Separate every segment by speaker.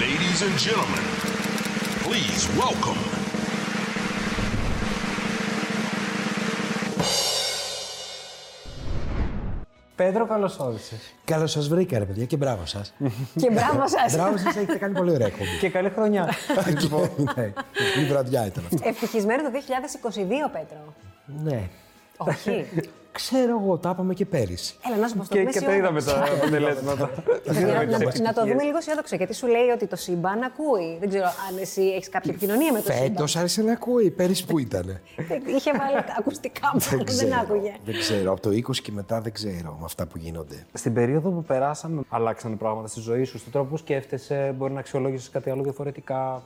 Speaker 1: Ladies and gentlemen, please welcome.
Speaker 2: Πέτρο, καλώς όρισες.
Speaker 3: Καλώς σας βρήκα, ρε παιδιά, και μπράβο σας.
Speaker 4: Και μπράβο σας.
Speaker 3: μπράβο σας, έχετε κάνει πολύ ωραία κομπή.
Speaker 2: Και καλή χρονιά.
Speaker 3: ναι, η βραδιά ήταν αυτό.
Speaker 4: Ευτυχισμένο το 2022, Πέτρο.
Speaker 3: ναι.
Speaker 4: Όχι.
Speaker 3: Ξέρω εγώ, τα είπαμε και πέρυσι.
Speaker 4: Έλα, να σου πω στο
Speaker 2: και, και τα είδαμε τα αποτελέσματα.
Speaker 4: Να, να, να το δούμε λίγο αισιόδοξα, γιατί σου λέει ότι το σύμπαν ακούει. Δεν ξέρω αν εσύ έχεις κάποια επικοινωνία με το
Speaker 3: Φέτος
Speaker 4: σύμπαν. Ε,
Speaker 3: άρχισε να ακούει, πέρυσι που ήταν.
Speaker 4: Είχε βάλει ακουστικά
Speaker 3: δεν
Speaker 4: που δεν
Speaker 3: ξέρω.
Speaker 4: άκουγε.
Speaker 3: δεν ξέρω. Από το 20 και μετά δεν ξέρω με αυτά που γίνονται.
Speaker 2: Στην περίοδο που περάσαμε, αλλάξαν πράγματα στη ζωή σου, στον τρόπο που σκέφτεσαι, μπορεί να αξιολόγησες κάτι άλλο διαφορετικά.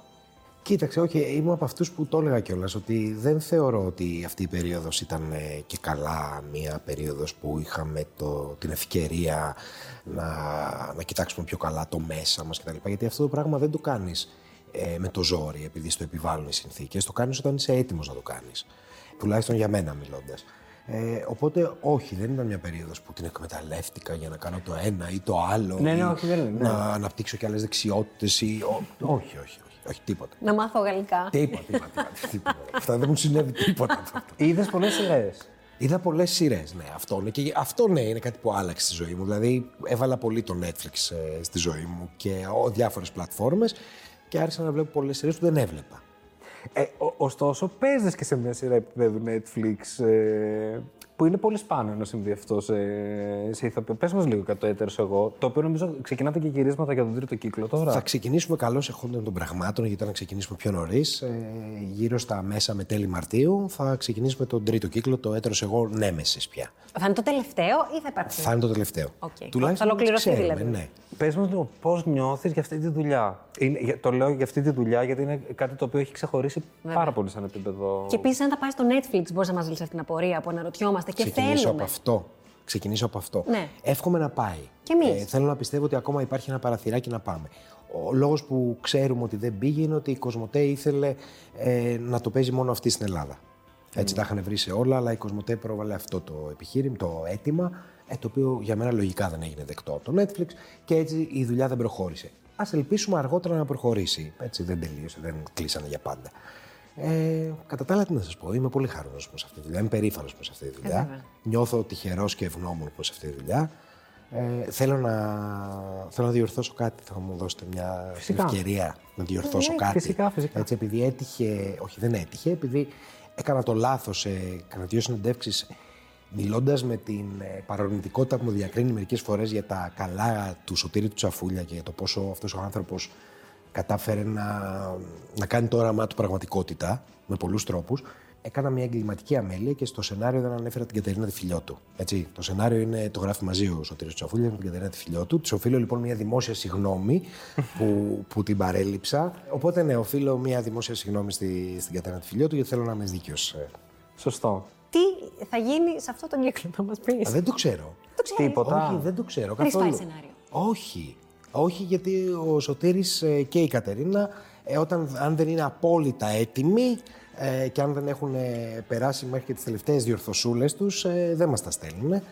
Speaker 3: Κοίταξε, όχι, είμαι από αυτούς που το έλεγα κιόλας ότι δεν θεωρώ ότι αυτή η περίοδος ήταν ε, και καλά μια περίοδος που είχαμε το, την ευκαιρία να, να κοιτάξουμε πιο καλά το μέσα μας κτλ. Γιατί αυτό το πράγμα δεν το κάνεις με το ζόρι, επειδή στο επιβάλλουν οι συνθήκες. Το κάνεις όταν είσαι έτοιμος να το κάνεις. Τουλάχιστον για μένα μιλώντας. Ε, οπότε όχι, δεν ήταν μια περίοδος που την εκμεταλλεύτηκα για να κάνω το ένα ή το άλλο.
Speaker 2: Ναι, ναι,
Speaker 3: ή
Speaker 2: όχι, δεν είναι, ναι.
Speaker 3: Να αναπτύξω και άλλες δεξιότητες ή... ό- όχι, όχι, όχι, όχι, τίποτα.
Speaker 4: Να μάθω γαλλικά.
Speaker 3: Τίποτα, τίποτα, τίποτα, τίποτα. Αυτά δεν μου συνέβη τίποτα από αυτό.
Speaker 2: Είδες πολλές σειρές.
Speaker 3: Είδα πολλές σειρές, ναι, αυτό είναι. Και αυτό ναι, είναι κάτι που άλλαξε στη ζωή μου. Δηλαδή, έβαλα πολύ το Netflix ε, στη ζωή μου και διάφορες πλατφόρμες και άρχισα να βλέπω πολλές σειρές που δεν έβλεπα.
Speaker 2: Ε, ο- ωστόσο, παίζεις και σε μια σειρά επίπεδου Netflix. ε, που είναι πολύ σπάνιο να συμβεί αυτό σε, σε ηθοποιό. Πες μας λίγο για το έτερος εγώ, το οποίο νομίζω ξεκινάτε και γυρίσματα για τον τρίτο κύκλο τώρα.
Speaker 3: Θα ξεκινήσουμε καλώς εχόντων των πραγμάτων, γιατί να ξεκινήσουμε πιο νωρίς, γύρω στα μέσα με τέλη Μαρτίου, θα ξεκινήσουμε τον τρίτο κύκλο, το έτερος εγώ Νέμεσης πια.
Speaker 4: Θα είναι το τελευταίο ή θα υπάρξει.
Speaker 3: Θα είναι το τελευταίο.
Speaker 4: Οκ.
Speaker 3: Τουλάχιστον
Speaker 4: Θα ολοκληρωθεί
Speaker 3: ξέρουμε,
Speaker 4: δηλαδή.
Speaker 3: Ναι.
Speaker 2: Πες μας λίγο πώς νιώθεις για αυτή τη δουλειά. Είναι, για- το λέω για αυτή τη δουλειά γιατί είναι κάτι το οποίο έχει ξεχωρίσει πάρα πολύ σαν επίπεδο.
Speaker 4: Και επίσης, αν θα πάει στο Netflix, μπορείς να μας λύσεις αυτή την απορία που αναρωτιόμαστε και
Speaker 3: Ξεκινήσω από
Speaker 4: θέλουμε.
Speaker 3: αυτό. Ξεκινήσω από αυτό.
Speaker 4: Ναι.
Speaker 3: Εύχομαι να πάει.
Speaker 4: Κι εμείς.
Speaker 3: Ε, θέλω να πιστεύω ότι ακόμα υπάρχει ένα παραθυράκι να πάμε. Ο λόγος που ξέρουμε ότι δεν πήγε είναι ότι η Κοσμοτέ ήθελε ε, να το παίζει μόνο αυτή στην Ελλάδα. Έτσι τα είχαν βρει σε όλα, αλλά η Κοσμοτέ πρόβαλε αυτό το επιχείρημα, το αίτημα, ε, το οποίο για μένα λογικά δεν έγινε δεκτό από το Netflix και έτσι η δουλειά δεν προχώρησε. Ας ελπίσουμε αργότερα να προχωρήσει. Έτσι δεν τελείωσε, δεν κλείσανε για πάντα. Ε, κατά τα άλλα, τι να σας πω, είμαι πολύ χαρούμενος με αυτή τη δουλειά. Είμαι περήφανος με αυτή τη δουλειά. Νιώθω τυχερός και ευγνώμων προς αυτή τη δουλειά. Ε, θέλω, να, θέλω να διορθώσω κάτι. Θα μου δώσετε μια
Speaker 2: Φυσικά. Ε,
Speaker 3: ευκαιρία να διορθώσω κάτι.
Speaker 2: φυσικά, φυσικά.
Speaker 3: Έτσι, επειδή έτυχε, όχι δεν έτυχε, επειδή έκανα το λάθος σε κάνα δύο συνεντεύξεις μιλώντας με την ε, παρορμητικότητα που μου διακρίνει μερικές φορές για τα καλά του Σωτήρη του Τσαφούλια και για το πόσο αυτός ο άνθρωπος κατάφερε να, να κάνει το όραμά του πραγματικότητα με πολλούς τρόπους. Έκανα μια εγκληματική αμέλεια και στο σενάριο δεν ανέφερα την Κατερίνα τη Φιλιότου. Έτσι, το σενάριο είναι, το γράφει μαζί ο Σωτήρης Τσαφούλια με την Κατερίνα τη Φιλιότου. Της οφείλω λοιπόν μια δημόσια συγγνώμη που, που την παρέλειψα. Οπότε ναι, οφείλω μια δημόσια συγγνώμη στη, στην Κατερίνα τη Φιλιότου γιατί θέλω να είμαι Ε, δίκαιο.
Speaker 2: Σωστό.
Speaker 4: Τι θα γίνει σε αυτό τον κύκλο, θα μας πεις.
Speaker 3: Δεν το ξέρω.
Speaker 4: Το ξέρεις.
Speaker 2: Τίποτα.
Speaker 3: Όχι, δεν το ξέρω
Speaker 4: Δεν
Speaker 3: καθόλου.
Speaker 4: έχει πάει σενάριο.
Speaker 3: Όχι. Όχι, γιατί ο Σωτήρης ε, και η Κατερίνα, ε, όταν, αν δεν είναι απόλυτα έτοιμοι ε, και αν δεν έχουν ε, περάσει μέχρι και τις τελευταίες διορθωσούλες τους, ε, δεν μας τα στέλνουν.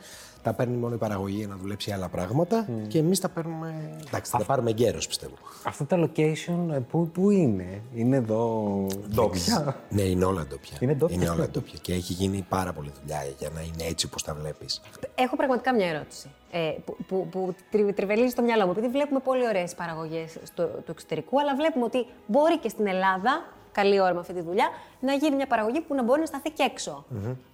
Speaker 3: Τα παίρνει μόνο η παραγωγή για να δουλέψει άλλα πράγματα και εμείς τα παίρνουμε... Εντάξει, θα τα πάρουμε γέρος, πιστεύω.
Speaker 2: Αυτά τα location ε, πού, πού είναι, είναι εδώ. Ντόπια.
Speaker 3: Ναι, είναι όλα ντόπια.
Speaker 2: Είναι ντόπια.
Speaker 3: όλα ντόπια. Και έχει γίνει πάρα πολλή δουλειά για να είναι έτσι όπως τα βλέπεις.
Speaker 4: Έχω πραγματικά μια ερώτηση ε, που, που, που τρι- τριβελίζει το μυαλό μου. Επειδή βλέπουμε πολύ ωραίες παραγωγές του εξωτερικού, αλλά βλέπουμε ότι μπορεί και στην Ελλάδα, καλή ώρα με αυτή τη δουλειά, να γίνει μια παραγωγή που να μπορεί να σταθεί και εξω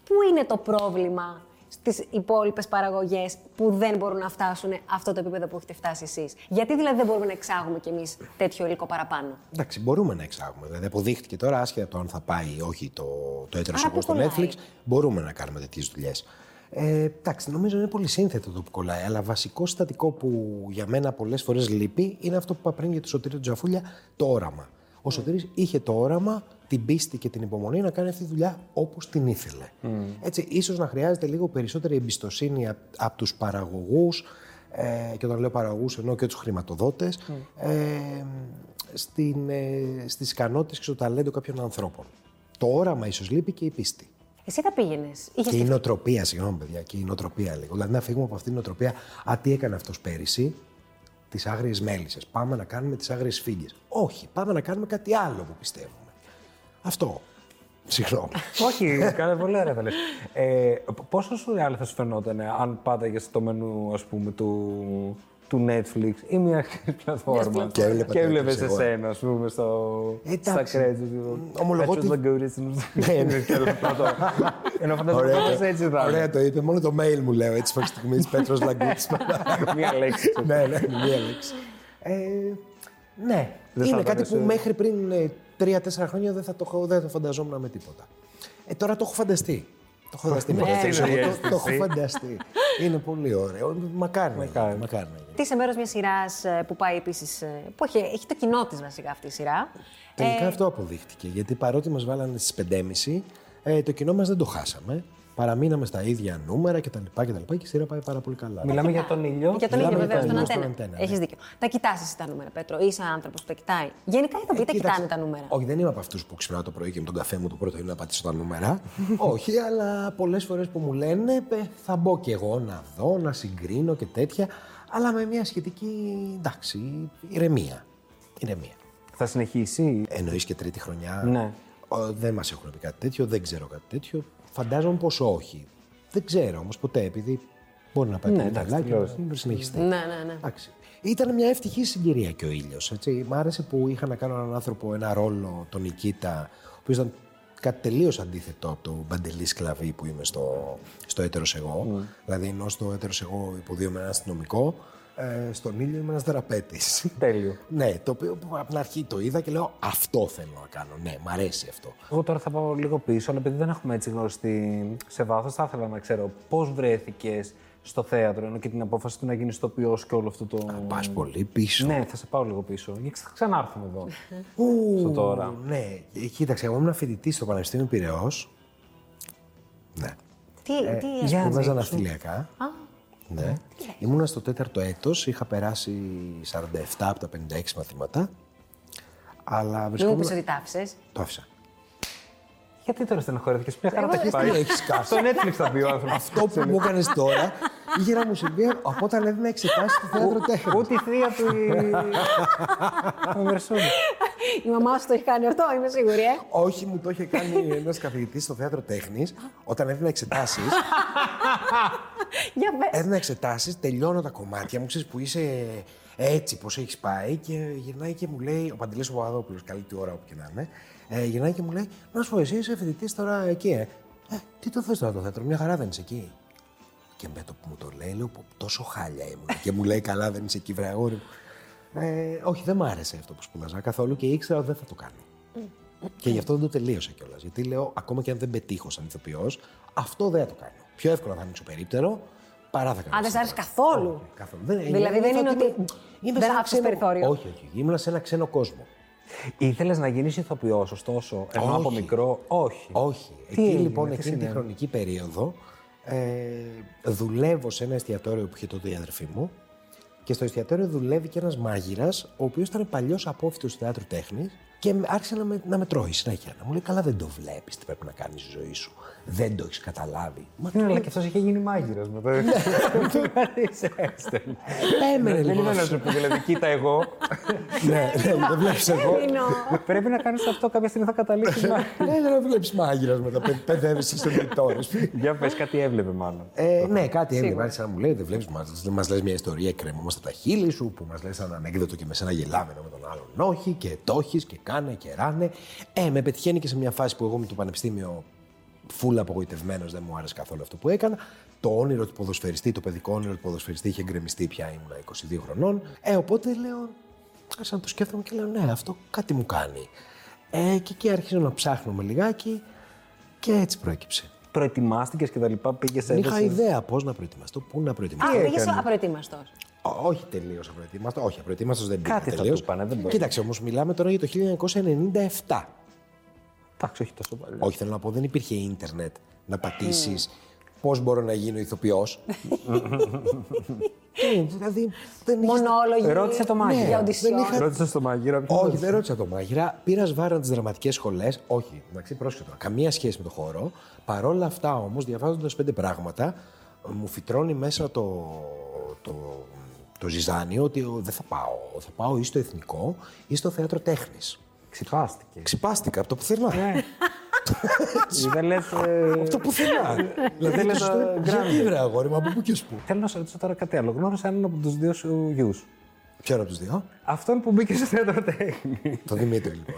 Speaker 4: Πού είναι το πρόβλημα στις υπόλοιπες παραγωγές που δεν μπορούν να φτάσουν αυτό το επίπεδο που έχετε φτάσει εσείς. Γιατί δηλαδή δεν μπορούμε να εξάγουμε κι εμείς τέτοιο υλικό παραπάνω.
Speaker 3: Εντάξει, μπορούμε να εξάγουμε. Δηλαδή, αποδείχτηκε τώρα, άσχετα από το αν θα πάει ή όχι το, το έτερο
Speaker 4: Άρα
Speaker 3: εγώ
Speaker 4: πού
Speaker 3: στο
Speaker 4: κολλάει?
Speaker 3: Netflix, μπορούμε να κάνουμε τέτοιες δουλειές. Ε, εντάξει, νομίζω είναι πολύ σύνθετο το που κολλάει, αλλά βασικό συστατικό που για μένα πολλές φορές λείπει είναι αυτό που είπα πριν για το Σωτήριο του Τζαφούλια, το όραμα. Ο Σωτήρης είχε το όραμα, την πίστη και την υπομονή να κάνει αυτή τη δουλειά όπως την ήθελε. Έτσι, ίσως να χρειάζεται λίγο περισσότερη εμπιστοσύνη από, από τους παραγωγούς, ε, και όταν λέω παραγωγούς εννοώ και τους χρηματοδότες, ε, στην, ε, στις ικανότητες και στο ταλέντο κάποιων ανθρώπων. Το όραμα ίσως λείπει και η πίστη.
Speaker 4: Εσύ θα πήγαινες. Είχες
Speaker 3: Και η νοοτροπία, συγγνώμη παιδιά, και η νοοτροπία λίγο. Δηλαδή να φύγουμε από αυτήν την νοοτροπία, α τι έκανε αυτός πέρυσι, τις άγριες μέλισσες, πάμε να κάνουμε τις άγριες φίγγες. Όχι, πάμε να κάνουμε κάτι άλλο που πιστεύουμε. Αυτό. Συγγνώμη.
Speaker 2: Όχι, κάνε πολύ ωραία τα λες. Ε, π- πόσο σου ρεάλ θα σου φαινόταν αν πάταγες στο μενού, ας πούμε, του, του Netflix ή μια πλατφόρμα
Speaker 4: Και
Speaker 3: έβλεπα
Speaker 2: και
Speaker 3: Netflix
Speaker 2: έβλεπες
Speaker 3: εγώ.
Speaker 2: εσένα, ας πούμε, στο, στα
Speaker 3: Εντάξει.
Speaker 2: credits.
Speaker 3: ομολογώ
Speaker 2: ότι...
Speaker 3: ότι-
Speaker 2: Ναι, ναι. Ενώ φαντάζομαι
Speaker 3: Ωραία
Speaker 2: κάπως
Speaker 3: το-
Speaker 2: έτσι θα
Speaker 3: Ωραία
Speaker 2: είναι.
Speaker 3: το είπε. Μόνο το mail μου λέω έτσι μέχρι στιγμής. Πέτρος Λαγκούτη.
Speaker 2: Μια λέξη.
Speaker 3: ναι, ναι, μία λέξη. Ε, ναι,
Speaker 2: Δεν θα
Speaker 3: είναι
Speaker 2: ήταν
Speaker 3: κάτι που
Speaker 2: εσύ.
Speaker 3: μέχρι πριν ε, τρία-τέσσερα χρόνια δεν, θα το, έχω- δεν το φανταζόμουν με τίποτα. Ε, τώρα το έχω φανταστεί. Το έχω φανταστεί με
Speaker 2: Πώς
Speaker 3: το-
Speaker 2: είναι η
Speaker 3: Το
Speaker 2: αίσθηση?
Speaker 3: έχω φανταστεί. Είναι πολύ ωραίο. Μακάρι να
Speaker 2: Μακάρι.
Speaker 3: γίνει, μακάρι να γίνει.
Speaker 4: Τι σε μέρος μιας σειράς ε, που πάει επίσης. που έχει, έχει το κοινό της βασικά αυτή η σειρά. Ε,
Speaker 3: Τελικά αυτό αποδείχτηκε. Γιατί παρότι μας βάλανε στις 5.30, ε, το κοινό μας δεν το χάσαμε. Παραμείναμε στα ίδια νούμερα κτλ. κτλ και η σειρά πάει πάρα πολύ καλά.
Speaker 2: Μιλάμε για τον ήλιο.
Speaker 4: Για τον
Speaker 3: Μιλάμε
Speaker 4: ίδιο,
Speaker 3: για
Speaker 4: βεβαίω,
Speaker 3: τον
Speaker 4: στον
Speaker 3: ίδιο, στον
Speaker 4: αντένα.
Speaker 3: αντένα, ναι.
Speaker 4: Έχει δίκιο. Τα κοιτά εσύ τα νούμερα, Πέτρο. Είσαι άνθρωπος που τα κοιτάει. Γενικά οι
Speaker 3: Ε,
Speaker 4: ηθοποιοί τα
Speaker 3: κοίταξε,
Speaker 4: κοιτάνε τα νούμερα.
Speaker 3: Όχι, δεν είμαι από αυτούς που ξυπνάω το πρωί και με τον καφέ μου το πρώτο είναι να πατήσω τα νούμερα. όχι, αλλά πολλές φορές που μου λένε «Ε, θα μπω κι εγώ να δω, να συγκρίνω και τέτοια. Αλλά με μια σχετική εντάξει, ηρεμία. ηρεμία.
Speaker 2: Θα συνεχίσει.
Speaker 3: Εννοείς και τρίτη χρονιά.
Speaker 2: Ναι.
Speaker 3: Ο, δεν μας έχουν πει κάτι τέτοιο, δεν ξέρω κάτι τέτοιο. Φαντάζομαι πως όχι. Δεν ξέρω όμως ποτέ, επειδή μπορεί να πάει
Speaker 2: Ναι,
Speaker 3: πολύ
Speaker 2: εντάξει,
Speaker 3: καλά και
Speaker 2: τελείωσε.
Speaker 3: να συνεχιστεί.
Speaker 4: Ναι, ναι, ναι.
Speaker 3: Εντάξει. Ήταν μια ευτυχή συγκυρία και ο ήλιος. Μ' άρεσε που είχα να κάνω έναν άνθρωπο, ένα ρόλο, τον Νικήτα, ο οποίος ήταν κάτι τελείως αντίθετο από τον Παντελή Σκλαβή που είμαι στο, στο έτερος εγώ.
Speaker 2: Ναι.
Speaker 3: Δηλαδή, ενώ στο έτερος εγώ υποδίωμαι ένα αστυνομικό, ε, στον ήλιο είμαι ένας δραπέτη.
Speaker 2: Τέλειο.
Speaker 3: Ναι, το οποίο που από την αρχή το είδα και λέω αυτό θέλω να κάνω. Ναι, μ' αρέσει αυτό.
Speaker 2: Εγώ τώρα θα πάω λίγο πίσω, αλλά επειδή δεν έχουμε έτσι γνωριστεί σε βάθος, θα ήθελα να ξέρω πώς βρέθηκες στο θέατρο ενώ και την απόφαση του να γίνεις τοπιό και όλο αυτό το.
Speaker 3: Πας πολύ πίσω.
Speaker 2: Ναι, θα σε πάω λίγο πίσω. Γιατί θα ξανάρθουμε εδώ.
Speaker 3: Ου,
Speaker 2: Στο τώρα.
Speaker 3: Ναι, Ε, κοίταξε, εγώ ήμουν φοιτητής στο Πανεπιστήμιο Πυραιός. Ναι.
Speaker 4: Τι, τι
Speaker 2: για-
Speaker 4: ας-
Speaker 2: δείξου.
Speaker 3: Σπούδαζα ναυτιλιακά. Ναι. Ήμουνα στο τέταρτο έτος, είχα περάσει 47 από τα 56 μαθήματα. Αλλά
Speaker 4: Μην μου πει
Speaker 3: βρισκόμουν.
Speaker 4: ότι τα άφησες.
Speaker 3: Το άφησα.
Speaker 2: Γιατί τώρα στεναχωρέθηκε, μια χαρά τα
Speaker 4: Εγώ
Speaker 2: έχει
Speaker 4: δεν
Speaker 2: πάει.
Speaker 3: έχεις κάσει.
Speaker 2: Στο Netflix θα πει ο άνθρωπος.
Speaker 3: Αυτό που μου έκανες τώρα είχε να μου συμβεί από όταν έδινα εξετάσεις στο θέατρο τέχνης.
Speaker 2: Ούτε η θεία του. η- Ο Μερσούλη.
Speaker 4: Η μαμά σου το έχει κάνει αυτό, είμαι σίγουρη, ε.
Speaker 3: Όχι, μου το είχε κάνει ένας καθηγητής στο θέατρο τέχνης όταν έδινα εξετάσεις.
Speaker 4: Για πες.
Speaker 3: Έδινα εξετάσεις, τελειώνω τα κομμάτια μου, ξέρεις που είσαι έτσι, πώς έχεις πάει. Και γυρνάει και μου λέει, ο Παντελής ο Παπαδόπουλος, καλή τη ώρα όπου και να είναι, ε, γυρνάει και μου λέει, Να σου πω, εσύ είσαι φοιτητής τώρα εκεί, ε. ε τι το θες τώρα το θέατρο, μια χαρά δεν είσαι εκεί. Και με το που μου το λέει, λέω «Πω, τόσο χάλια ήμουν. και μου λέει, Καλά, δεν είσαι εκεί, βρε αγόρι μου». Ε, όχι, δεν μ' άρεσε αυτό που σπούδαζα καθόλου και ήξερα ότι δεν θα το κάνω. Και γι' αυτό δεν το τελείωσα κιόλας. Γιατί λέω, ακόμα και αν δεν πετύχω σαν ηθοποιός, αυτό δεν θα το κάνω. Πιο εύκολα θα ανοίξω περίπτερο παρά θα κάνω.
Speaker 4: Α, δεν σ' άρεσε
Speaker 3: stand-up.
Speaker 4: καθόλου?
Speaker 3: Όχι, καθόλου. Δεν,
Speaker 4: Δηλαδή δεν
Speaker 3: νιώθω
Speaker 4: είναι ότι
Speaker 3: είμαι
Speaker 4: δεν
Speaker 3: σε ένα
Speaker 4: άφησες
Speaker 3: ξένο-
Speaker 4: περιθώριο.
Speaker 3: Όχι, όχι. Ήμουνα σε ένα ξένο κόσμο.
Speaker 2: Ήθελες να γίνεις ηθοποιός, ωστόσο, ενώ από
Speaker 3: Όχι.
Speaker 2: μικρό, όχι.
Speaker 3: Όχι.
Speaker 2: Τι
Speaker 3: Εκεί
Speaker 2: έγινε,
Speaker 3: λοιπόν,
Speaker 2: τι
Speaker 3: εκείνη τη
Speaker 2: συνέβη?
Speaker 3: χρονική περίοδο, ε, δουλεύω σε ένα εστιατόριο που είχε τότε η αδερφή μου και στο εστιατόριο δουλεύει και ένας μάγειρας, ο οποίος ήταν παλιός απόφυτο του θεάτρου τέχνης και με- άρχισε να με, να με τρώει συνέχεια. Να μου λέει: Καλά, δεν το βλέπεις τι πρέπει να κάνεις στη ζωή σου. Δεν το έχεις καταλάβει. Μα
Speaker 2: Ναι, αλλά και αυτός είχε γίνει μάγειρα μετά.
Speaker 3: Ναι. έμενε
Speaker 2: Ναι, Δεν
Speaker 3: λοιπόν.
Speaker 2: είναι να
Speaker 3: αυτός.
Speaker 2: σου πει, δηλαδή, κοίτα εγώ.
Speaker 3: Ναι, δεν δεν βλέπει εγώ.
Speaker 4: Έμεινω.
Speaker 2: Πρέπει να κάνεις αυτό κάποια στιγμή θα καταλήξεις να.
Speaker 3: Ναι, δεν βλέπει μάγειρα μετά. Παιδεύεσαι σε μητόρε.
Speaker 2: Για πες, κάτι έβλεπε μάλλον.
Speaker 3: Ε, ναι, κάτι έβλεπα. Άρχισε να μου λέει: Δεν βλέπεις, μας λες μια ιστορία, κρεμόμαστε τα χείλη σου, που μας λες ένα ανέκδοτο και με σένα γελάμε ένα με τον άλλον. Όχι, και το έχεις και κάνε και ράνε. Ε, με πετυχαίνει και σε μια φάση που εγώ με το πανεπιστήμιο φουλ απογοητευμένος, δεν μου άρεσε καθόλου αυτό που έκανα. Το όνειρο του ποδοσφαιριστή, το παιδικό όνειρο του ποδοσφαιριστή είχε γκρεμιστεί πια, ήμουν 22 χρονών. Ε, οπότε λέω, άρχισα να το σκέφτομαι και λέω: Ναι, αυτό κάτι μου κάνει. Ε, και εκεί αρχίζω να ψάχνω με λιγάκι και έτσι προέκυψε.
Speaker 2: Προετοιμάστηκες και τα λοιπά, πήγες
Speaker 3: Δεν είχα
Speaker 2: έδωσες-
Speaker 3: ιδέα πώς να προετοιμαστώ, πού να
Speaker 4: Α,
Speaker 3: προετοιμαστώ.
Speaker 2: ε,
Speaker 4: το πήγες απροετοίμαστο.
Speaker 3: Ό, όχι τελείως απροετοίμαστο. Όχι, απροετοίμαστος δεν πήγα.
Speaker 2: Κάτι θα
Speaker 3: τελείως.
Speaker 2: του πάνε, δεν μπορεί.
Speaker 3: Κοίταξε όμως, μιλάμε τώρα για το 1997.
Speaker 2: Εντάξει, όχι τόσο παλιά.
Speaker 3: Όχι, θέλω να πω, δεν υπήρχε ίντερνετ να πατήσεις πώς μπορώ να γίνω ηθοποιός. δηλαδή. Δεν είχες-
Speaker 4: Μονόλογοι.
Speaker 2: Ρώτησε το μάγειρα.
Speaker 4: μάγειρα. Για audition.
Speaker 3: δεν είχα-
Speaker 2: Ρώτησε στο μαγείρα. ποιος
Speaker 3: Όχι,
Speaker 2: ρώτησε.
Speaker 3: δεν ρώτησα το μάγειρα. Πήρας σβάρα τις δραματικές σχολές. Όχι, εντάξει, πρόσεχε τώρα. Καμία σχέση με το χώρο. Παρόλα αυτά όμως, διαβάζοντας πέντε πράγματα, μου φυτρώνει μέσα το, το, το ζυζάνιο ότι «Ω, δεν θα πάω. Θα πάω ή στο Εθνικό ή στο Θέατρο Τέχνης.
Speaker 2: Ξυπάστηκε.
Speaker 3: Ξυπάστηκα από το πουθενά.
Speaker 2: Δεν ε, λε.
Speaker 3: από το πουθενά. δηλαδή,
Speaker 2: Δεν λες,
Speaker 3: τους λέω,
Speaker 2: ε,
Speaker 3: γιατί βρε αγόρι μου, από πού και ως πού.
Speaker 2: Θέλω να σε ρωτήσω τώρα κάτι άλλο. Γνώρισα έναν από τους δύο σου γιους.
Speaker 3: Ποιο είναι από τους δύο.
Speaker 2: Αυτόν που μπήκε στο θέατρο τέχνης.
Speaker 3: Το Δημήτρη λοιπόν.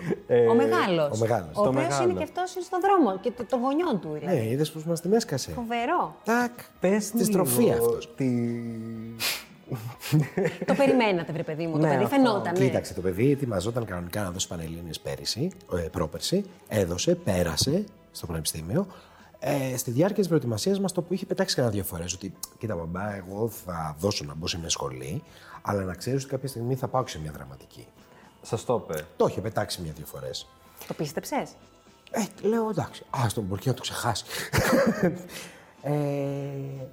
Speaker 4: ο μεγάλος.
Speaker 3: ο μεγάλος.
Speaker 4: Ο
Speaker 3: Το
Speaker 4: οποίος
Speaker 2: μεγάλο.
Speaker 4: είναι και αυτός στον δρόμο και το- των γονιών του. Δηλαδή.
Speaker 3: ναι, είδες πως μας τη μέσκασε.
Speaker 4: Φοβερό.
Speaker 3: Τάκ.
Speaker 2: Πες
Speaker 3: Στη στροφή αυτός.
Speaker 2: Τη...
Speaker 4: το περιμένατε, βρε παιδί μου. Το
Speaker 2: Ναι,
Speaker 4: παιδί
Speaker 2: αυτό.
Speaker 4: φαινόταν. ναι.
Speaker 3: Κοίταξε, το παιδί ετοιμαζόταν κανονικά να δώσει Πανελλήνιες πέρυσι, ε, πρόπερσι, έδωσε, πέρασε στο Πανεπιστήμιο. Ε, στη διάρκεια της προετοιμασίας μας το που είχε πετάξει κανένα δύο φορές. Ότι κοίτα, μπαμπά, εγώ θα δώσω να μπω σε μια σχολή, αλλά να ξέρεις ότι κάποια στιγμή θα πάω και σε μια δραματική.
Speaker 2: Σα το είπε.
Speaker 3: Το είχε πετάξει μια-δύο φορές.
Speaker 4: Το πίστεψες.
Speaker 3: Ε, λέω εντάξει, ας τον μπορεί και να το ξεχάσει. ε,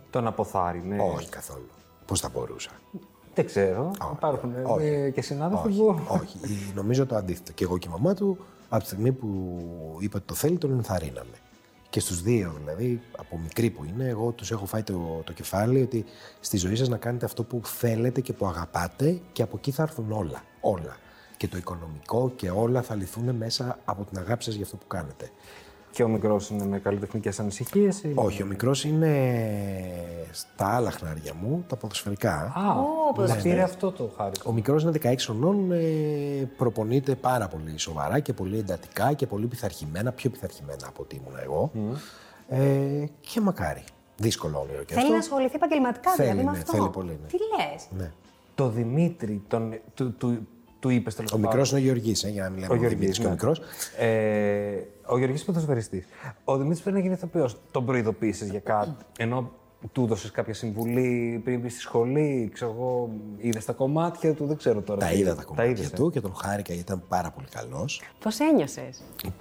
Speaker 2: Τον αποθάρρυνε.
Speaker 3: όχι καθόλου. Πώς θα μπορούσα.
Speaker 2: Δεν ξέρω. Υπάρχουν ε,
Speaker 3: όχι.
Speaker 2: ε, και συνάδελφοι
Speaker 3: όχι,
Speaker 2: που.
Speaker 3: όχι. Ε, Νομίζω το αντίθετο. Και εγώ και η μαμά του, από τη στιγμή που είπε ότι το θέλει, τον ενθαρρύναμε. Και στους δύο, δηλαδή, από μικρή που είναι, εγώ τους έχω φάει το, το κεφάλι ότι στη ζωή σας να κάνετε αυτό που θέλετε και που αγαπάτε και από εκεί θα έρθουν όλα. Όλα. Και το οικονομικό και όλα θα λυθούν μέσα από την αγάπη σας για αυτό που κάνετε.
Speaker 2: Και ο μικρός είναι με καλλιτεχνικές ανησυχίες.
Speaker 3: Όχι, ο μικρός είναι στα άλλα χνάρια μου, τα ποδοσφαιρικά.
Speaker 2: Α,
Speaker 4: Ω,
Speaker 2: να
Speaker 4: ποδοσφαιριστής.
Speaker 2: πήρε αυτό το χάρη.
Speaker 3: Ο μικρός είναι 16 χρονών, ε, προπονείται πάρα πολύ σοβαρά και πολύ εντατικά και πολύ πειθαρχημένα, πιο πειθαρχημένα από ό,τι ήμουν εγώ. Ε, και μακάρι. Δύσκολο όνειρο και
Speaker 4: Θέλει να
Speaker 3: αυτό.
Speaker 4: ασχοληθεί επαγγελματικά
Speaker 3: Θέλει,
Speaker 4: δηλαδή με
Speaker 3: ναι,
Speaker 4: αυτό.
Speaker 3: θέλει πολύ, ναι.
Speaker 4: Τι λες.
Speaker 3: Ναι.
Speaker 2: Το Δημήτρη, τον, του, του, του είπες τέλος
Speaker 3: Ο μικρός είναι ο Γεωργής, ε, για να μιλάμε
Speaker 2: Ο
Speaker 3: ο
Speaker 2: Γεωργής,
Speaker 3: Δημήτρης και ο
Speaker 2: ναι.
Speaker 3: μικρός.
Speaker 2: Ε, ο Γεωργής ποδοσφαιριστή. Ο Δημήτρης πρέπει να γίνει ηθοποιός. Τον προειδοποίησες για κάτι. Ενώ του έδωσες κάποια συμβουλή πριν μπει στη σχολή, ξέρω εγώ, είδες τα κομμάτια του, δεν ξέρω τώρα.
Speaker 3: Τα
Speaker 2: τι-
Speaker 3: είδα τα κομμάτια
Speaker 2: είδες, ε.
Speaker 3: του και τον χάρηκα γιατί ήταν πάρα πολύ καλός.
Speaker 4: Πώς ένιωσες.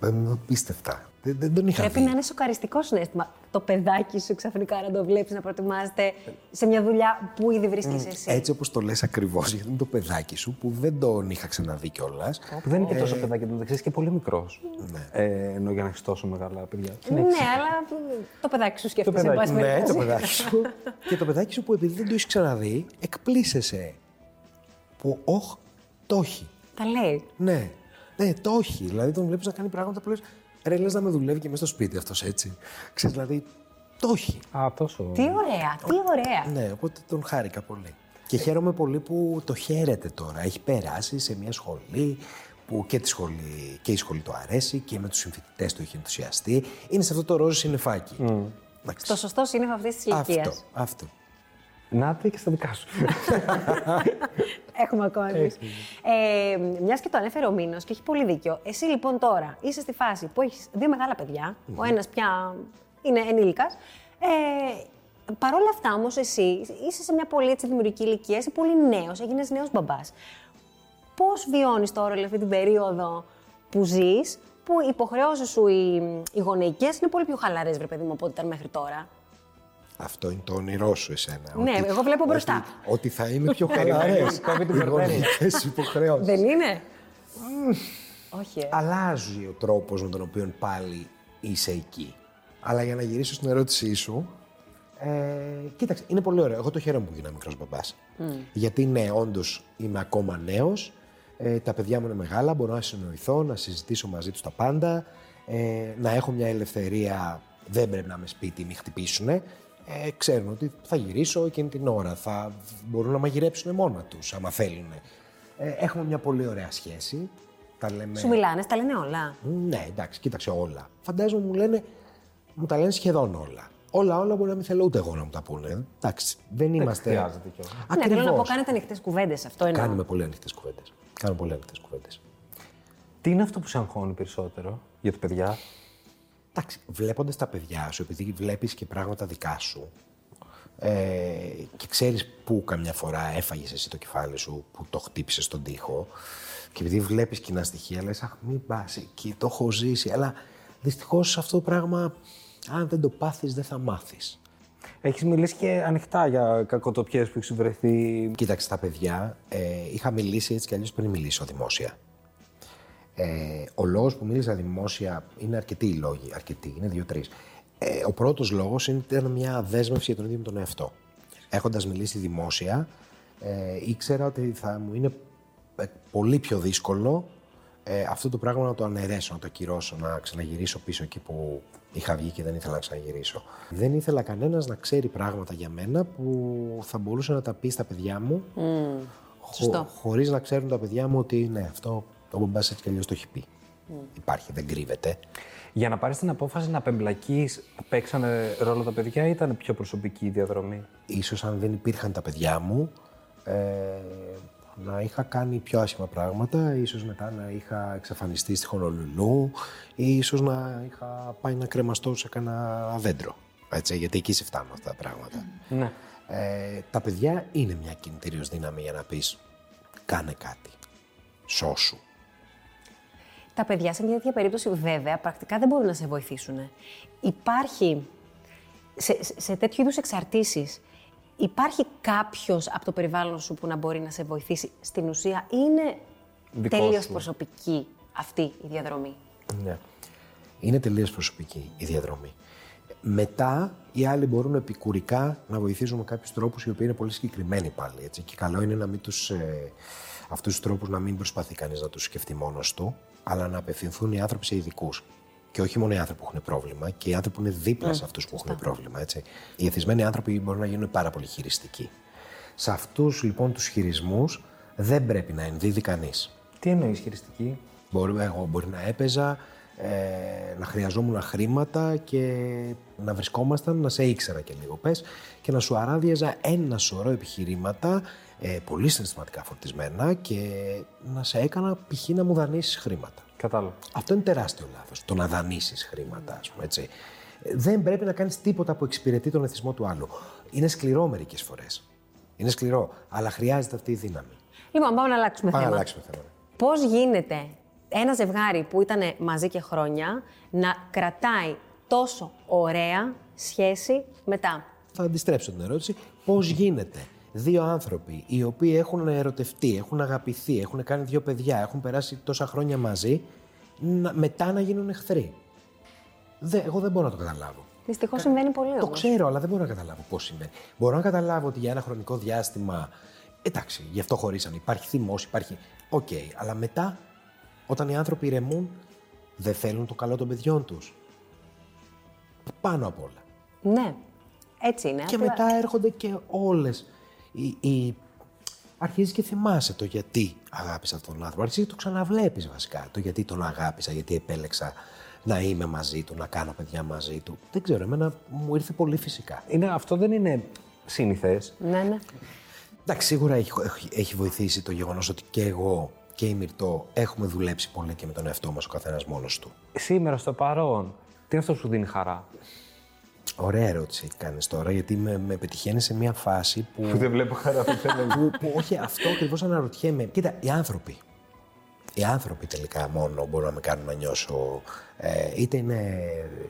Speaker 3: Ε, Πίστευτα. Δεν, δεν τον είχα
Speaker 4: Πρέπει
Speaker 3: δει.
Speaker 4: να είναι σοκαριστικός συνέστημα. Το παιδάκι σου ξαφνικά να το βλέπεις να προετοιμάζεται σε μια δουλειά που ήδη βρίσκεσαι εσύ.
Speaker 3: Έτσι όπως το λες ακριβώς, γιατί είναι το παιδάκι σου που δεν τον είχα ξαναδεί κιόλας.
Speaker 2: Που ε. δεν είναι
Speaker 3: Ε.
Speaker 2: και τόσο παιδάκι του, ξέρει και πολύ μικρός.
Speaker 3: Ναι.
Speaker 2: Ε, ενώ για να έχεις τόσο μεγάλα παιδιά.
Speaker 4: Ναι, αλλά το παιδάκι σου σκέφτεσαι.
Speaker 2: παιδάκι,
Speaker 4: εν πάση
Speaker 2: ναι,
Speaker 3: Ναι, το
Speaker 4: περιπτώσει.
Speaker 3: παιδάκι σου. και το παιδάκι σου που επειδή δεν το έχεις ξαναδεί, εκπλήσεσαι. Που όχ, το έχει.
Speaker 4: Τα λέει.
Speaker 3: Ναι, ναι, το έχει. Δηλαδή τον βλέπεις να κάνει πράγματα που λες. Ρε, λες να με δουλεύει και μέσα στο σπίτι αυτός έτσι. Ξέρεις, δηλαδή, το έχει.
Speaker 2: Α, τόσο.
Speaker 4: Τι ωραία, τι ωραία.
Speaker 3: Ναι, οπότε τον χάρηκα πολύ. Και χαίρομαι πολύ που το χαίρεται τώρα. Έχει περάσει σε μια σχολή που και, τη σχολή, και η σχολή του αρέσει και με τους συμφοιτητές του έχει ενθουσιαστεί. Είναι σε αυτό το ρόζο συννεφάκι. Εντάξει.
Speaker 4: Στο σωστό σύννεφο αυτής της ηλικίας.
Speaker 3: Αυτό, αυτό.
Speaker 2: Νάτε και στα δικά σου.
Speaker 4: Έχουμε ακόμα εμείς. Ε, Μιας και το ανέφερε ο Μήνος και έχει πολύ δίκιο. Εσύ λοιπόν τώρα είσαι στη φάση που έχεις δύο μεγάλα παιδιά. Ο ένας πια είναι ενήλικας. Ε, Παρ' όλα αυτά όμως, εσύ είσαι σε μια πολύ έτσι, δημιουργική ηλικία, είσαι πολύ νέος, έγινες νέος μπαμπάς. Πώς βιώνεις τώρα όλη αυτή την περίοδο που ζεις, που οι υποχρεώσεις σου οι, οι γονεϊκές είναι πολύ πιο χαλαρές, βρε παιδί μου, από ό,τι ήταν μέχρι τώρα.
Speaker 3: Αυτό είναι το όνειρό σου εσένα.
Speaker 4: Ναι, εγώ βλέπω μπροστά.
Speaker 3: Ότι, ότι θα είμαι πιο χαλαρές.
Speaker 2: Κόβει την
Speaker 3: Οι
Speaker 2: πορτέρια.
Speaker 3: γονικές υποχρεώσεις.
Speaker 4: Δεν είναι. Όχι. ε.
Speaker 3: Αλλάζει ο τρόπος με τον οποίο πάλι είσαι εκεί. Αλλά για να γυρίσω στην ερώτησή σου, ε, κοίταξε, είναι πολύ ωραίο. Εγώ το χαίρομαι που γίνα μικρός μπαμπάς. Γιατί ναι, όντως είμαι ακόμα νέος, ε, τα παιδιά μου είναι μεγάλα, μπορώ να συνοηθώ, να συζητήσω μαζί τους τα πάντα, ε, να έχω μια ελευθερία, δεν πρέπει να είμαι σπίτι, μη χτυπήσουνε. Ε, ξέρουν ότι θα γυρίσω εκείνη την ώρα, θα μπορούν να μαγειρέψουν μόνα τους, άμα θέλουν. Ε, έχουμε μια πολύ ωραία σχέση. Τα λέμε...
Speaker 4: Σου μιλάνε, τα λένε όλα.
Speaker 3: Ναι, εντάξει, κοίταξε όλα. Φαντάζομαι μου λένε, μου τα λένε σχεδόν όλα. Όλα, όλα μπορεί να μην θέλω ούτε εγώ να μου τα πούνε. Εντάξει, δεν είμαστε.
Speaker 2: χρειάζεται κιόλας.
Speaker 4: Ναι, θέλω να πω,
Speaker 3: Ακριβώς.
Speaker 4: κάνετε ανοιχτές κουβέντες αυτό εννοώ.
Speaker 3: Κάνουμε πολύ ανοιχτές κουβέντες. Κάνουμε πολύ ανοιχτές κουβέντες.
Speaker 2: Τι είναι αυτό που σε αγχώνει περισσότερο για τα παιδιά.
Speaker 3: Εντάξει, βλέποντας τα παιδιά σου, επειδή βλέπεις και πράγματα δικά σου ε, και ξέρεις που καμιά φορά έφαγες εσύ το κεφάλι σου, που το χτύπησες στον τοίχο, και επειδή βλέπεις κοινά στοιχεία, λες: Αχ, μην πας εκεί, το έχω ζήσει. Αλλά δυστυχώς αυτό το πράγμα, αν δεν το πάθεις, δεν θα μάθεις.
Speaker 2: Έχεις μιλήσει και ανοιχτά για κακοτοπιές που έχεις βρεθεί.
Speaker 3: Κοίταξε τα παιδιά, ε, είχα μιλήσει έτσι κι αλλιώς πριν μιλήσω δημόσια. Ε, ο λόγος που μίλησα δημόσια είναι αρκετοί οι λόγοι. Αρκετοί, είναι δύο-τρει. Ε, ο πρώτος λόγος ήταν μια δέσμευση για τον ίδιο μου τον εαυτό. Έχοντας μιλήσει δημόσια, ε, ήξερα ότι θα μου είναι ε, πολύ πιο δύσκολο ε, αυτό το πράγμα να το αναιρέσω, να το κυρώσω, να ξαναγυρίσω πίσω εκεί που είχα βγει και δεν ήθελα να ξαναγυρίσω. Δεν ήθελα κανένας να ξέρει πράγματα για μένα που θα μπορούσε να τα πει στα παιδιά μου.
Speaker 4: σωστό.
Speaker 3: Χωρίς να ξέρουν τα παιδιά μου ότι ναι, αυτό ο μπαμπά έτσι κι αλλιώς το έχει πει. Υπάρχει, δεν κρύβεται.
Speaker 2: Για να πάρεις την απόφαση να απεμπλακείς, παίξανε ρόλο τα παιδιά ή ήταν πιο προσωπική η διαδρομή.
Speaker 3: ίσως αν δεν υπήρχαν τα παιδιά μου, ε, να είχα κάνει πιο άσχημα πράγματα, ίσως μετά να είχα εξαφανιστεί στη Χονολουλού ή ίσως να είχα πάει να κρεμαστώ σε κανένα δέντρο. Έτσι, γιατί εκεί σε φτάνουν αυτά τα πράγματα.
Speaker 2: Ναι.
Speaker 3: Ε, τα παιδιά είναι μια κινητήριος δύναμη για να πεις κάνε κάτι, σώσου.
Speaker 4: Τα παιδιά σε μια τέτοια περίπτωση, βέβαια, πρακτικά δεν μπορούν να σε βοηθήσουν. Υπάρχει. Σε, σε- σε τέτοιου είδους εξαρτήσεις, υπάρχει κάποιος από το περιβάλλον σου που να μπορεί να σε βοηθήσει. Στην ουσία, είναι
Speaker 2: Δικός
Speaker 4: τελείως
Speaker 2: σου.
Speaker 4: προσωπική αυτή η διαδρομή.
Speaker 3: Ναι. Είναι τελείως προσωπική η διαδρομή. Μετά οι άλλοι μπορούν επικουρικά να βοηθήσουν με κάποιους τρόπους οι οποίοι είναι πολύ συγκεκριμένοι πάλι. Έτσι. Και καλό είναι να μην τους, ε, αυτούς τους τρόπους να μην προσπαθεί κανείς να τους σκεφτεί μόνος του, αλλά να απευθυνθούν οι άνθρωποι σε ειδικούς. Και όχι μόνο οι άνθρωποι που έχουν πρόβλημα, και οι άνθρωποι που είναι δίπλα σε αυτούς που έχουν πρόβλημα. Έτσι. Οι εθισμένοι άνθρωποι μπορούν να γίνουν πάρα πολύ χειριστικοί. Σε αυτούς λοιπόν τους χειρισμούς δεν πρέπει να ενδίδει κανείς.
Speaker 2: Τι εννοείς χειριστική.
Speaker 3: Μπορεί, εγώ μπορεί να έπαιζα, ε, να χρειαζόμουν χρήματα και να βρισκόμασταν, να σε ήξερα και λίγο πες και να σου αράδιαζα ένα σωρό επιχειρήματα ε, πολύ συναισθηματικά φορτισμένα και να σε έκανα π.χ. να μου δανείσεις χρήματα.
Speaker 2: Κατάλαβα.
Speaker 3: Αυτό είναι τεράστιο λάθος, το να δανείσεις χρήματα, ας πούμε, έτσι. Ε, Δεν πρέπει να κάνεις τίποτα που εξυπηρετεί τον εθισμό του άλλου. Είναι σκληρό μερικές φορές. Είναι σκληρό, αλλά χρειάζεται αυτή η δύναμη.
Speaker 4: Λοιπόν, πάμε να αλλάξουμε
Speaker 3: Πάμε να
Speaker 4: θέμα.
Speaker 3: αλλάξουμε θέμα.
Speaker 4: Πώς γίνεται ένα ζευγάρι που ήταν μαζί και χρόνια να κρατάει τόσο ωραία σχέση μετά.
Speaker 3: θα αντιστρέψω την ερώτηση. Πώς γίνεται δύο άνθρωποι οι οποίοι έχουν ερωτευτεί, έχουν αγαπηθεί, έχουν κάνει δύο παιδιά, έχουν περάσει τόσα χρόνια μαζί, να, μετά να γίνουν εχθροί. Δε, εγώ δεν μπορώ να το καταλάβω.
Speaker 4: Δυστυχώς συμβαίνει πολύ
Speaker 3: Το
Speaker 4: όμως.
Speaker 3: ξέρω, αλλά δεν μπορώ να καταλάβω πώς συμβαίνει. Μπορώ να καταλάβω ότι για ένα χρονικό διάστημα. Εντάξει, γι' αυτό χωρίσαν. Υπάρχει θυμός, υπάρχει. Οκ, αλλά μετά, όταν οι άνθρωποι ηρεμούν, δεν θέλουν το καλό των παιδιών τους. Πάνω απ' όλα.
Speaker 4: Ναι, έτσι είναι.
Speaker 3: Και
Speaker 4: Ε, Απλά-
Speaker 3: μετά έρχονται και όλες οι... οι... Αρχίζεις και θυμάσαι το γιατί αγάπησα αυτόν τον άνθρωπο. Αρχίζεις και το ξαναβλέπεις βασικά. Το γιατί τον αγάπησα, γιατί επέλεξα να είμαι μαζί του, να κάνω παιδιά μαζί του. Δεν ξέρω, εμένα μου ήρθε πολύ φυσικά.
Speaker 2: Είναι, αυτό δεν είναι σύνηθες.
Speaker 4: Ναι, ναι.
Speaker 3: Εντάξει, σίγουρα έχει, έχει- έχει βοηθήσει το γεγονός ότι και εγώ και η Μυρτώ έχουμε δουλέψει πολύ και με τον εαυτό μας ο καθένας μόνος του.
Speaker 2: Σήμερα στο παρόν, τι είναι αυτό που σου δίνει χαρά.
Speaker 3: Ωραία ερώτηση κάνεις τώρα, γιατί με, με πετυχαίνει σε μια φάση που...
Speaker 2: Που δεν βλέπω χαρά που θέλω.
Speaker 3: που, που όχι, αυτό ακριβώς αναρωτιέμαι. Κοίτα, οι άνθρωποι. Οι άνθρωποι τελικά μόνο μπορούν να με κάνουν να νιώσω. Ε, είτε είναι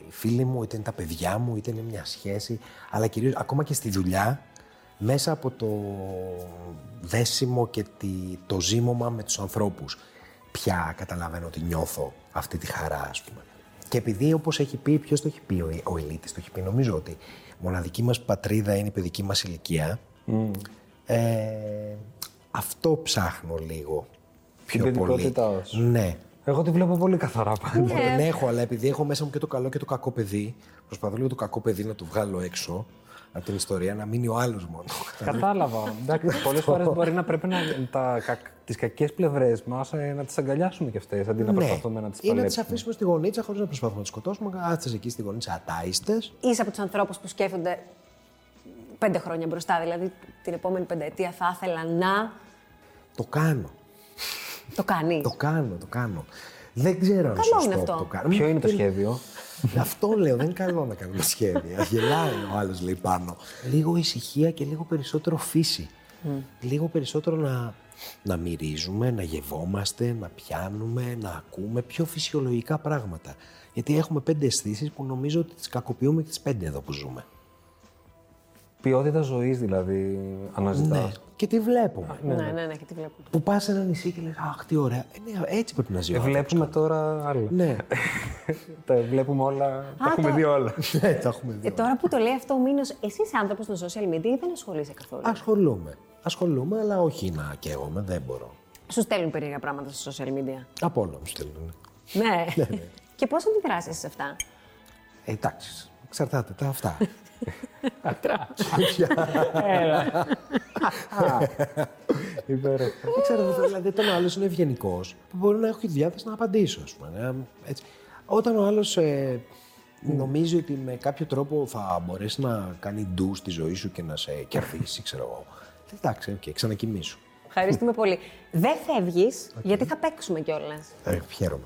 Speaker 3: οι φίλοι μου, είτε είναι τα παιδιά μου, είτε είναι μια σχέση. Αλλά κυρίως ακόμα και στη δουλειά, μέσα από το δέσιμο και τη, το ζήμωμα με τους ανθρώπους. Πια καταλαβαίνω ότι νιώθω αυτή τη χαρά, ας πούμε. Και επειδή όπως έχει πει, ποιος το έχει πει, ο, ο Ηλίτης το έχει πει, νομίζω ότι η μοναδική μας πατρίδα είναι η παιδική μας ηλικία. Ε, αυτό ψάχνω λίγο πιο πολύ.
Speaker 2: παιδικότητά ως.
Speaker 3: Ναι.
Speaker 2: Εγώ τη βλέπω πολύ καθαρά
Speaker 4: Ε.
Speaker 2: πάντα.
Speaker 3: Δεν έχω, αλλά επειδή έχω μέσα μου και το καλό και το κακό παιδί, προσπαθώ λίγο το κακό παιδί να το βγάλω έξω από την ιστορία, να μείνει ο άλλος μόνο.
Speaker 2: Κατάλαβα. Εντάξει, πολλές φορές μπορεί να πρέπει να τις κακές πλευρές μας ε, να τις αγκαλιάσουμε κι αυτές αντί να
Speaker 3: Ναι.
Speaker 2: προσπαθούμε να τις
Speaker 3: ή να τις
Speaker 2: παλέψουμε.
Speaker 3: αφήσουμε στη γωνίτσα χωρίς να προσπαθούμε να τις σκοτώσουμε. Κάτσε εκεί στη γωνίτσα ατάιστες.
Speaker 4: Είσαι από τους ανθρώπους που σκέφτονται πέντε χρόνια μπροστά, δηλαδή την επόμενη πενταετία θα ήθελα να
Speaker 3: Το κάνω.
Speaker 4: το κάνεις.
Speaker 3: Το κάνω, το κάνω. Δεν ξέρω αν
Speaker 4: Καλό
Speaker 3: σωστό
Speaker 4: είναι
Speaker 3: που
Speaker 4: αυτό.
Speaker 3: το κάνω.
Speaker 2: Ποιο είναι το σχέδιο.
Speaker 3: Αυτό λέω, δεν είναι καλό να κάνουμε σχέδια. Γελάει ο άλλος λέει πάνω. Λίγο ησυχία και λίγο περισσότερο φύση. Λίγο περισσότερο να, να μυρίζουμε, να γευόμαστε, να πιάνουμε, να ακούμε πιο φυσιολογικά πράγματα. Γιατί έχουμε πέντε αισθήσεις που νομίζω ότι τις κακοποιούμε και τις πέντε εδώ που ζούμε.
Speaker 2: Ποιότητα ζωής δηλαδή αναζητάς.
Speaker 3: Ναι. Και τι βλέπουμε.
Speaker 4: Ναι, ναι, ναι, και τι βλέπω.
Speaker 3: Που πας σε ένα νησί και λες: Αχ, τι ωραία. Ε, ναι, έτσι πρέπει να ζει. ο άνθρωπος.
Speaker 2: Βλέπουμε τώρα άλλα.
Speaker 3: Ναι,
Speaker 2: Τα βλέπουμε όλα. Τα έχουμε
Speaker 4: το-
Speaker 2: δει όλα.
Speaker 3: ναι, τα έχουμε δει.
Speaker 4: Ε, τώρα που το λέει αυτό ο Μήνος, εσύ είσαι άνθρωπος στο social media ή δεν ασχολείσαι καθόλου.
Speaker 3: Ασχολούμαι. ασχολούμαι, αλλά όχι να καίγομαι, δεν μπορώ.
Speaker 4: Σου στέλνουν περίεργα πράγματα στα social media.
Speaker 3: Από όλα μου στέλνουν.
Speaker 4: Ναι. και πώς αντιδράσεις σε αυτά.
Speaker 3: Ε, εντάξει, εξαρτάται τα αυτά.
Speaker 2: Υπέροχα.
Speaker 3: Δεν ξέρω, δηλαδή όταν ο άλλος είναι ευγενικός, μπορεί να έχω τη διάθεση να απαντήσω, ας πούμε. να- έτσι. Όταν ο άλλος νομίζει ότι με κάποιο τρόπο θα μπορέσει να κάνει ντους στη ζωή σου και να σε κερδίσει, ξέρω εγώ. Εντάξει, οκ, ξανακοιμήσου.
Speaker 4: Ευχαριστούμε πολύ. Δεν φεύγεις, γιατί θα παίξουμε κιόλας.
Speaker 3: Ε, χαίρομαι.